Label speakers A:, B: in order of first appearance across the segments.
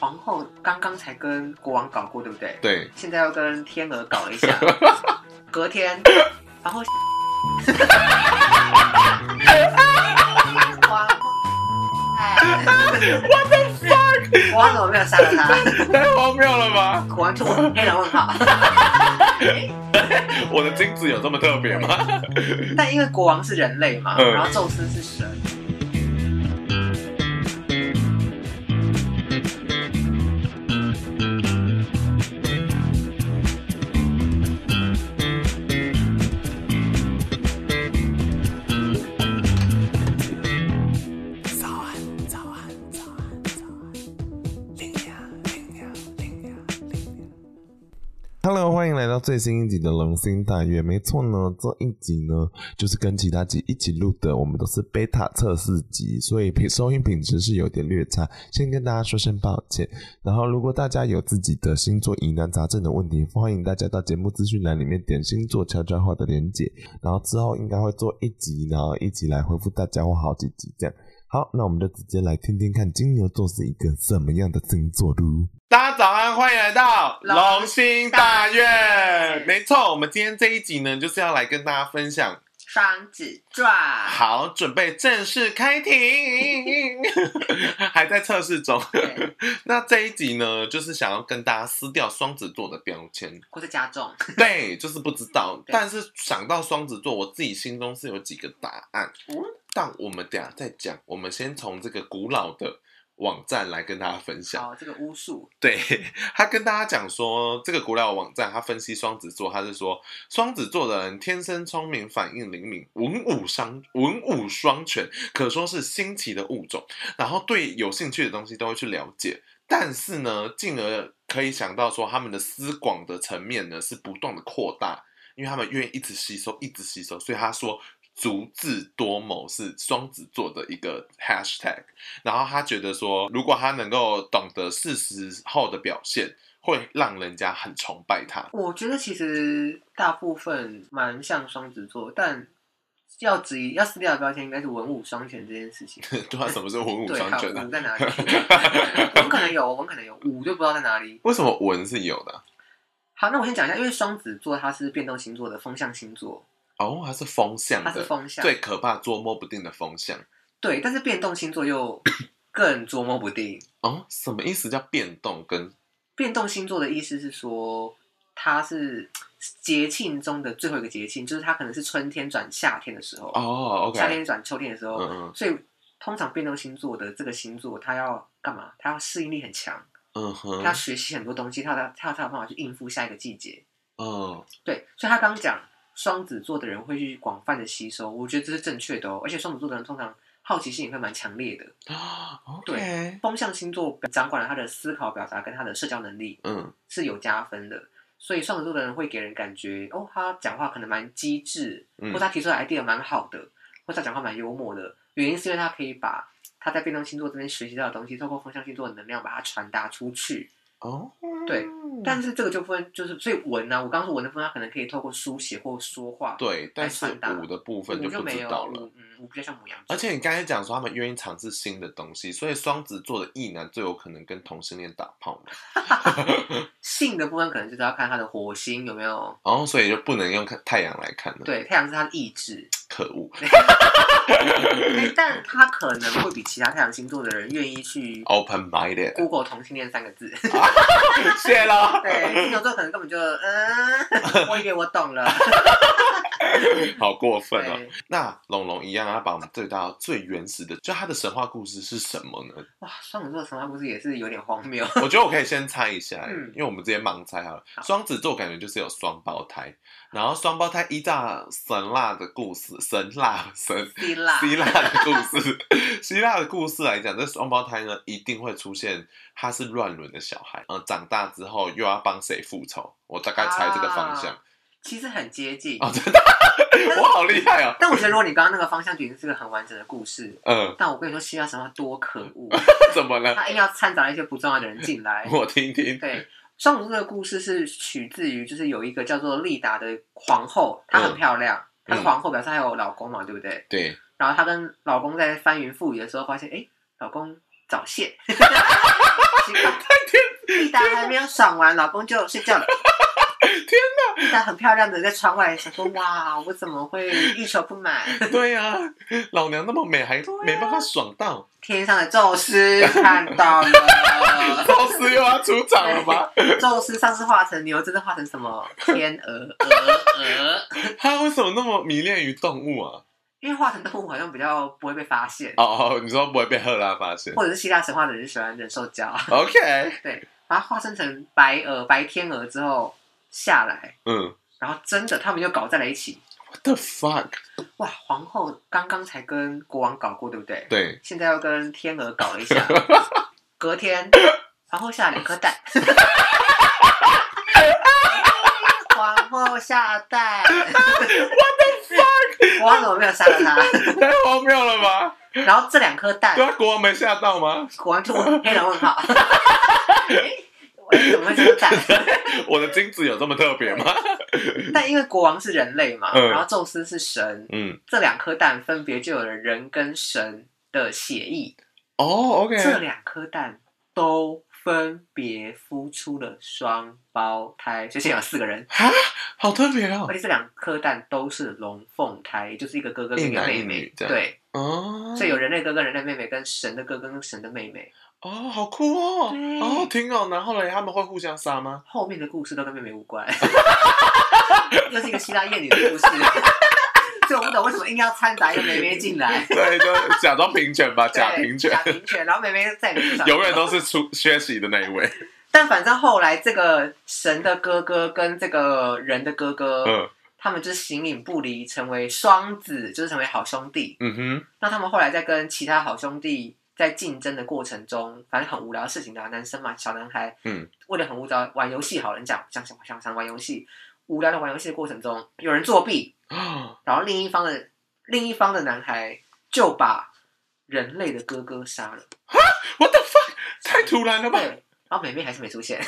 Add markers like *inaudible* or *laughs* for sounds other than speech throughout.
A: 皇后刚刚才跟国王搞过，对不对？
B: 对，
A: 现在又跟天鹅搞了一 *laughs* 下，隔天皇后皇后， *laughs* 哎，国王怎么没有杀了他？
B: 太 *laughs* 荒谬了吧！
A: 国王就问黑人问号， *laughs*
B: 我的精子有这么特别吗？
A: 但因为国王是人类嘛，
B: 嗯
A: 然后宙斯是神，
C: 早安，早安，早安，早安，羚羊，羚羊，羚羊，羚羊。
D: Hello，欢迎来到最新一集的《龙心大悦》。没错呢，这一集呢就是跟其他集一起录的，我们都是 beta 测试集，所以品收音品质是有点略差，先跟大家说声抱歉。然后，如果大家有自己的星座疑难杂症的问题，欢迎大家到节目资讯栏里面点星座悄悄话的连接，然后之后应该会做一集，然后一集来回复大家或好几集这样。好，那我们就直接来听听看金牛座是一个什么样的星座喽。
B: 大家早安，欢迎来到龙
A: 龙
B: 兴大
A: 大
B: 院。
A: 院
B: 没错，我们今天这一集呢，就是要来跟大家分享。
A: 双子座，
B: 好，准备正式开庭，还在测试中
A: 对。
B: *laughs* 那这一集呢，就是想要跟大家撕掉双子座的标签。
A: 或者加重， *laughs*
B: 对，就是不知道。
A: 对
B: 但是想到双子座，我自己心中是有几个答案
A: 嗯。
B: 但我们等一下再讲，我们先从这个古老的网站来跟大家分享。
A: 哦，这个巫术，
B: 对 *laughs* 他跟大家讲说，这个古老网站他分析双子座，他是说双子座的人天生聪明、反应灵敏、文武双文武双全，可说是新奇的物种。然后对有兴趣的东西都会去了解，但是呢，进而可以想到说他们的思广的层面呢是不断的扩大，因为他们愿意一直吸收，一直吸收。所以他说。足智多谋是双子座的一个 hashtag，然后他觉得说，如果他能够懂得适时后的表现，会让人家很崇拜他。 *laughs*
A: 我觉得其实大部分蛮像双子座，但要质疑要撕掉的标签应该是文武双全这件事情。
B: 对啊，什么是文武
A: 对，
B: 双
A: 还有
B: 全啊
A: 武
B: 呢？
A: 在哪里？文可能有，文可能有，武就不知道在哪里。
B: 为什么文是有的啊？
A: 好，那我先讲一下，因为双子座它是变动星座的风象星座，
B: 哦，它是风向
A: 它是
B: 的，
A: 风象，
B: 最可怕、捉摸不定的风向。
A: 对但是变动星座又更捉摸不定。
B: 哦，什么意思叫变动跟？
A: 变动星座的意思是说，它是节庆中的最后一个节庆，就是它可能是春天转夏天的时候，
B: 哦
A: 夏
B: ，OK，
A: 天转秋天的时候，
B: 嗯嗯
A: 所以通常变动星座的这个星座，它要干嘛？它要适应力很强，
B: 嗯
A: 它要
B: 哼，
A: 学习很多东西，它要它要它有办法去应付下一个季节。
B: 嗯，
A: 对，所以他刚讲双子座的人会去广泛的吸收，我觉得这是正确的哦。而且双子座的人通常好奇心也会蛮强烈的。
B: 哦对，
A: 风象星座掌管了他的思考、表达跟他的社交能力
B: 嗯
A: 是有加分的，所以双子座的人会给人感觉哦，他讲话可能蛮机智，
B: 嗯
A: 或他提出的 idea 蛮好的，或他讲话蛮幽默的。原因是因为他可以把他在变动星座这边学习到的东西，透过风象星座的能量把它传达出去。
B: 哦，
A: 对，但是这个就分就是，所以文啊呢、我刚刚说文的部分，它可能可以透过书写或说话，
B: 对，但是
A: 传达
B: 武的部
A: 我
B: 分就不
A: 没
B: 知
A: 有，
B: 道了。
A: 我嗯，我比较像母羊座，
B: 而且你刚才讲说他们愿意尝试新的东西，所以双子座的异男最有可能跟同性恋打炮嘛。
A: 性的部分可能就是要看他的火星有没有。
B: 然后所以就不能用看太阳来看了。，
A: 对，太阳是他的意
B: *coughs*
A: 志，
B: 可恶。
A: 哎但他可能会比其他太阳星座的人愿意去
B: Open minded，
A: Google 同性恋三个字。
B: 谢 *laughs* 啦。
A: *laughs* 对，金牛座可能根本就嗯，
B: *laughs*
A: 我以为我懂了。
B: 好过分哦、
A: 对，
B: 那龙龙一样，要把我们对到最原始的，就他的神话故事是什么呢？
A: 哇，双子座的神话故事也是有点荒
B: *laughs*
A: 谬。
B: 我觉得我可以先猜一下、
A: 嗯
B: 因为我们直接盲猜好了。
A: 好
B: 双子座感觉就是有双胞胎，然后双胞胎依照神辣的故事，神辣神
A: 希腊，
B: 希腊的故事，希腊的故事来讲，这双胞胎呢一定会出现，他是乱伦的小孩，呃，长大之后又要帮谁复仇？我大概猜这个方向。
A: 其实很接近。
B: 哦，真的， *laughs* 我好厉害哦。
A: 但我觉得如果你刚刚那个方向举的是个很完整的故事，
B: 嗯，
A: 但我跟你说希腊神话多可恶，
B: *laughs* 怎么了？
A: 他硬要掺杂一些不重要的人进来。
B: 我听听。
A: 对，双子座的故事是取自于，就是有一个叫做丽达的皇后，她
B: 嗯
A: 很漂亮，她是皇后，表示她有老公嘛，对不对？
B: 对，
A: 然后她跟 *laughs* 老公在翻云覆雨的时候，发现哎，诶老公早泄，奇怪还没有爽完，老公就睡觉了。 *laughs* 天哪！她很漂亮的在窗外想说：“哇，我怎么会欲求不满？
B: 对呀、老娘那么美还没办法爽到，
A: 天上的宙斯看到 *laughs* 了，
B: 宙斯又要出场了
A: *laughs*
B: 吗？
A: 宙斯上次化成牛，这次化成什 *laughs* 么？天鹅鹅鹅，
B: 他为什么那么迷恋于动物啊？
A: 因为化成动物好像比较不会被发现，
B: 哦哦，你说不会被赫拉发现
A: 或者是希腊神话的人喜欢忍受骄傲。
B: ？OK，
A: 对，把它化身成白鹅、白天鹅之后下来，
B: 嗯
A: 然后真的他们又搞在了一起。
B: ，What the fuck？
A: 哇，皇后刚刚才跟国王搞过，对不对？
B: 对，
A: 现在又跟天鹅搞了一 *laughs* 下，隔天皇后下了两颗蛋。 *laughs* 皇后下 *laughs* 蛋，我的 fuck！国王怎么没有杀了他？
B: 太荒谬了吧？
A: 然后这两颗蛋
B: *laughs* 对，啊，国王没吓到吗？
A: 国王就问黑人问号， *laughs* 诶我怎么会这么蛋？
B: 我的精子有这么特别
A: *laughs*
B: 吗？
A: 但因为国王是人类嘛，
B: 嗯
A: 然后宙斯是神，
B: 嗯，
A: 这两颗蛋分别就有了人跟神的血意。
B: 哦，OK，
A: 这两颗蛋都分别孵出了双胞胎，所以现在有四个人，
B: 哈，好特别哦
A: 而，且这两颗蛋都是龙凤胎，也就是一个哥哥跟
B: 一
A: 个
B: 男
A: 妹
B: 一
A: 妹
B: 女。这样
A: 对，
B: 哦，
A: 所以有人类哥跟人类妹妹，跟神的哥哥跟神的妹妹。
B: 哦，好酷哦，
A: 对
B: 哦，好听哦。然后嘞，他们会互相杀吗？ *laughs*
A: 后面的故事都跟妹妹无关，又是一个希腊艳女的故事。 *laughs* 所以我不懂为什么硬要掺杂一个妹妹进来，
B: 对，就假装平权吧， *laughs* 假
A: 对
B: 平权，
A: 假平权，然后妹妹在你上
B: 永远都是出缺席的那一位。
A: 但反正后来这个神的哥哥跟这个人的哥哥，
B: 嗯
A: 他们就是形影不离，成为双子，就是成为好兄弟。
B: 嗯哼，
A: 那他们后来在跟其他好兄弟在竞争的过程中，反正很无聊的事情啊，男生嘛，小男孩，
B: 嗯，
A: 为了很无聊玩游戏，好了，你讲讲想想想玩游戏，无聊的玩游戏的过程中，有人作弊，
B: *gasps* 啊，
A: 然后另一方的另一方的男孩就把人类的哥哥杀了。
B: 我的 fuck，太突然了吧
A: 对，然后美妹还是没出现，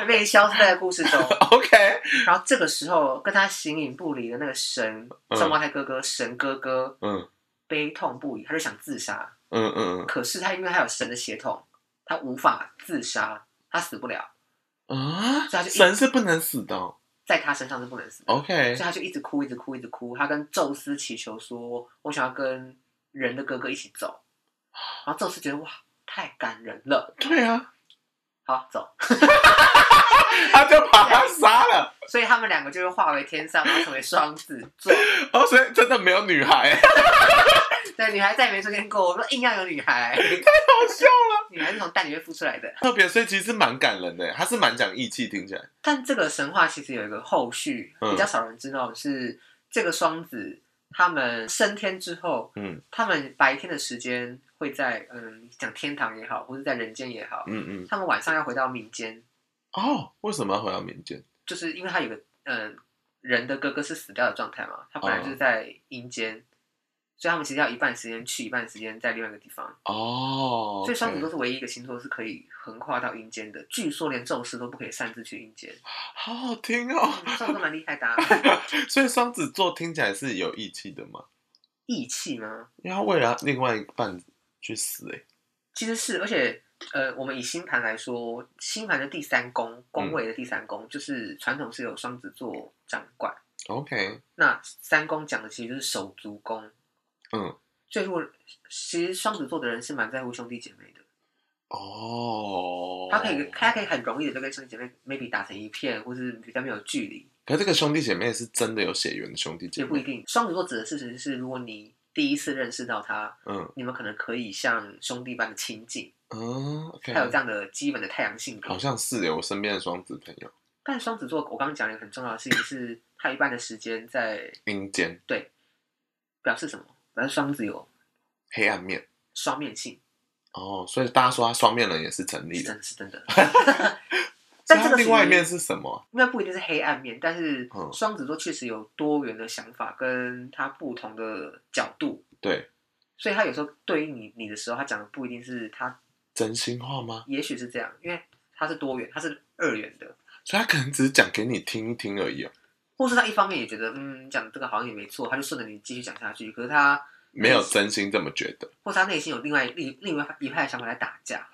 A: 美妹已经消失在故事中。
B: ？OK，
A: 然后这个时候跟他形影不离的那个神
B: 嗯
A: 双胞胎哥哥神哥哥
B: 嗯
A: 悲痛不已，他就想自杀，
B: 嗯嗯
A: 可是他因为他有神的血统，他无法自杀，他死不了，
B: 嗯啊
A: 所以他就，一
B: 神是不能死的哦。
A: 在他身上是不能死的，
B: OK，
A: 所以他就一直哭，一直哭，一直哭。他跟宙斯祈求说：“我想要跟人的哥哥一起走。”然后宙斯觉得哇，太感人了，
B: 对啊，
A: 好走。
B: 他就把他杀了。
A: 所以他们两个就会化为天上，然后成为双子座。
B: 哦，所以真的没有女孩，
A: 对，女孩再也没出现过。我说硬要有女
B: *laughs*
A: 孩，
B: 好笑了。
A: 女孩是从蛋里面孵出来的。
B: *laughs* 特别，所以其实蛮感人的，他是蛮讲义气，听起来。
A: 但这个神话其实有一个后续，
B: 嗯
A: 比较少人知道的是，这个双子他们升天之后，
B: 嗯
A: 他们白天的时间会在嗯讲天堂也好，或是在人间也好，
B: 嗯嗯。
A: 他们晚上要回到民间，
B: 哦，为什么要回到民间？
A: 就是因为他有个嗯人的哥哥是死掉的状态嘛，他本来
B: 嗯
A: 就是在阴间。所以他们其实要一半时间去，一半时间在另外一个地方。
B: 哦，
A: 所以双子座
B: OK
A: 是唯一一个星座是可以横跨到阴间的。据说连宙斯都不可以擅自去阴
B: *laughs*
A: 间，
B: 好好听哦。
A: 嗯双子座蛮厉害
B: *laughs*
A: 的啊、
B: 所以双子座听起来是有义气的嘛，
A: 义气吗？
B: 因为他为了另外一半去死、欸，
A: 其实是，而且呃，我们以星盘来说，星盘的第三宫
B: 嗯
A: 宫位的第三宫，就是传统是由双子座掌管。
B: OK，
A: 那三宫讲的其实就是手足宫，
B: 嗯，
A: 所以如果其实双子座的人是蛮在乎兄弟姐妹的，
B: 哦，
A: 他可以他可以很容易的就跟兄弟姐妹 maybe 打成一片，或是比较没有距离，
B: 可是这个兄弟姐妹是真的有血缘的兄弟姐
A: 也不一
B: 妹，
A: 定。双子座指的事情是，如果你第一次认识到他，
B: 嗯
A: 你们可能可以像兄弟般的亲近，
B: 嗯，OK，
A: 他有这样的基本的太阳性格
B: 好。像是欸耶，我身边的双子朋友，
A: 但双子座，我刚刚讲了一个很重要的事情是，他一半的时间在
B: 阴间
A: 表示什么？表示双子有
B: 黑暗面，
A: 双面性，
B: 哦，所以大家说他双面人也是成立
A: 是
B: 的
A: 真，的是真
B: *laughs*
A: 的。
B: 所
A: 但
B: 以他
A: 这个
B: 另外一面
A: 属于
B: 是什么？啊
A: 应该不一定是黑暗面，但是
B: 嗯
A: 双子座确实有多元的想法，跟他不同的角度，
B: 对，
A: 所以他有时候对于你你的时候，他讲的不一定是他，
B: 真心话吗？
A: 也许是这样，因为他是多元，他是二元的，
B: 所以他可能只是讲给你听一听而已哦，
A: 或是他一方面也觉得，嗯，你讲的这个好像也没错，他就顺着你继续讲下去，可是他，
B: 没有真心这么觉得，
A: 或是他内心有另外另另外一派想法来打架，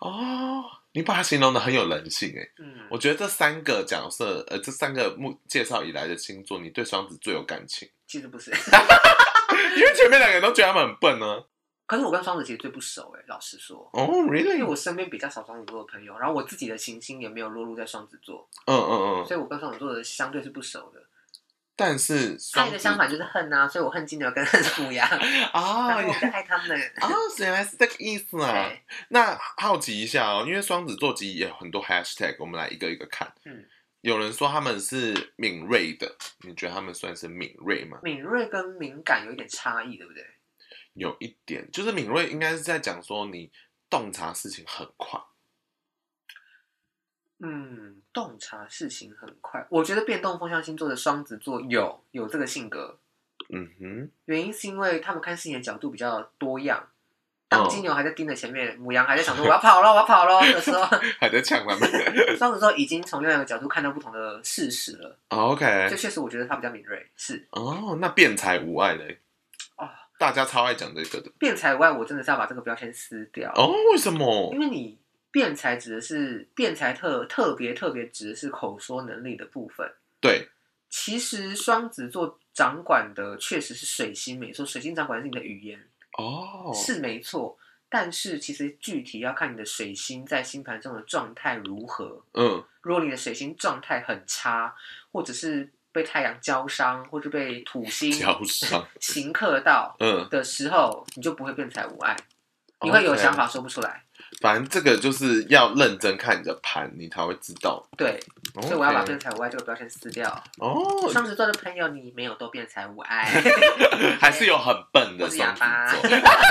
B: 哦，你把它形容的很有人性哎、
A: 嗯，
B: 我觉得这三个角色，呃，这三个目介绍以来的星座，你对双子最有感情，
A: 其实不是， *laughs*
B: 因为前面两个人都觉得他们很笨呢、
A: 可是我跟双子其实最不熟哎、老实说，
B: 哦、
A: 因为
B: really？
A: 我身边比较少双子座的朋友，然后我自己的行星也没有落入在双子座，
B: 嗯嗯嗯。
A: 所以我跟双子座的相对是不熟的。
B: 但是双
A: 爱
B: 子
A: 的相反就是恨啊，所以我恨金牛跟恨虎牙，然
B: 啊
A: 后我更爱他们。
B: 啊，原来是这个意思啊。
A: 对，
B: 那好奇一下哦，因为双子座集也有很多 hashtag，我们来一个一个看。
A: 嗯
B: 有人说他们是敏锐的，你觉得他们算是敏锐吗？
A: 敏锐跟敏感有一点差异，对不对？
B: 有一点，就是敏锐应该是在讲说你洞察事情很快。
A: 嗯，洞察事情很快。我觉得变动风象星座的双子座有有这个性格，
B: 嗯哼，
A: 原因是因为他们看事情的角度比较多样。当金牛还在盯着前面，母羊还在想说我要跑了，我要跑了的时候，
B: 还在呛他们。 *laughs*
A: 双子座已经从另外一个角度看到不同的事实了。这
B: 哦 OK，
A: 确实，我觉得他比较敏锐。是
B: 哦，那辩才无碍嘞。
A: 哦，
B: 大家超爱讲这个的。
A: 辩才外，我真的是要把这个标签撕掉。
B: 哦，为什么
A: 因？为你辩才指的是辩才特特别特别指的是口说能力的部分。
B: 对，
A: 其实双子座掌管的确实是水星，没错，水星掌管的是你的语言，
B: 哦，
A: 是没错。但是其实具体要看你的水星在星盘中的状态如何。
B: 嗯，
A: 如果你的水星状态很差，或者是被太阳浇伤，或者被土
B: *laughs*
A: 星 *laughs*
B: 脚上，
A: 行克到
B: 嗯，
A: 的时候，你就不会辩才无碍，你会有
B: OK
A: 想法说不出来。
B: 反正这个就是要认真看你的盘，你才会知道。
A: 对，所以我要把
B: OK
A: 辩才无碍这个标签撕掉。
B: 哦，
A: 双子座的朋友，你没有都辩才无
B: *laughs*
A: 碍，
B: 还是有很笨的
A: 我是哑
B: 双子
A: 巴， *laughs*
B: 座，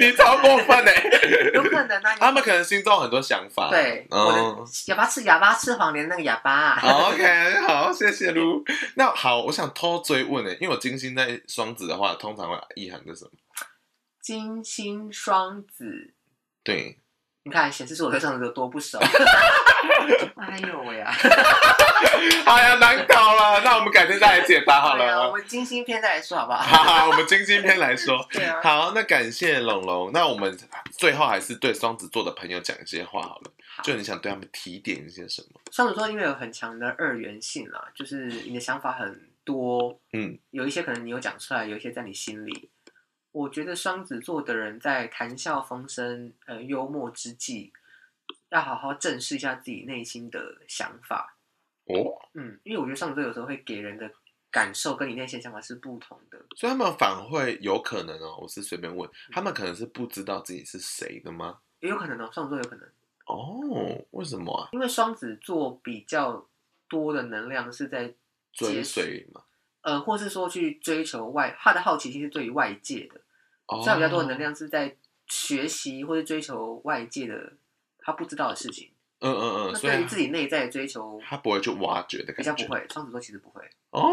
B: *laughs* 你超过分哎、
A: 有可能啊，你
B: *laughs* 他们可能心中有很多想法。
A: 对、我的
B: 嗯。
A: 哑巴吃哑巴吃黄连那个哑巴、啊
B: *laughs* 啊 OK，好，谢谢卢。那好，我想偷追问呢、欸因为我金星在双子的话，通常会意涵是什么？
A: 金星双子，
B: 对， *laughs*
A: 你看显示出我对双子座多不熟。哎呦喂啊！
B: 哎呀，难搞了。那我们改天再来解答好
A: 对啊我
B: 了。
A: 们金星篇再来说好不好？
B: *laughs* 好好，我们金星篇来说。
A: *laughs* 对啊，
B: 好，那感谢龙龙。那我们最后还是对双子座的朋友讲一些话好了，
A: 好
B: 就你想对他们提点一些什么？
A: 双子座因为有很强的二元性啦，就是你的想法很多，
B: 嗯，
A: 有一些可能你有讲出来，有一些在你心里。我觉得双子座的人在谈笑风生、呃幽默之际，要好好正视一下自己内心的想法。
B: 哦，
A: 嗯，因为我觉得双子座有时候会给人的感受跟你内心的想法是不同的。
B: 所以他们反馈有可能哦，我是随便问，
A: 嗯
B: 他们可能是不知道自己是谁的吗？
A: 也有可能哦，双子座有可能，
B: 哦，为什么啊？
A: 因为双子座比较多的能量是在
B: 追随嘛，
A: 呃，或是说去追求外，他的好奇心是对于外界的，
B: 哦
A: 所以他比较多的能。量是在学习或是追求外界的他不知道的事情。
B: 嗯嗯嗯，
A: 那
B: 所以
A: 对于
B: 他
A: 自己内在的追求
B: 他不会去挖掘的
A: 比
B: 感觉。
A: 较不会，双子座其实不会。
B: 哦，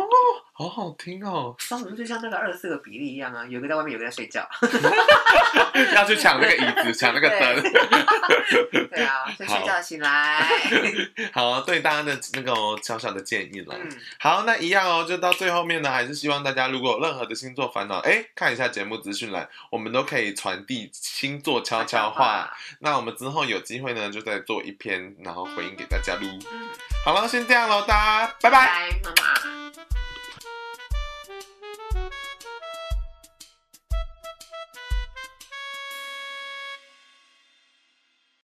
B: 好好
A: *laughs*
B: 听哦，
A: 双子座就像那个二十四个比例一样啊，有一个在外面，有一个在睡觉。 *laughs*
B: 要去抢那个椅子，抢那个灯。
A: 对啊，所以睡觉醒来，
B: 好，对大家的那个哦小小的建议了。
A: 嗯，
B: 好，那一样哦，就到最后面呢，还是希望大家如果有任何的星座烦恼，哎，看一下节目资讯栏，我们都可以传递星座悄悄话。，那我们之后有机会呢，就再做一篇，然后回应给大家喽。
A: 嗯，
B: 好了，先这样喽，大家拜拜。
A: 拜拜，妈妈。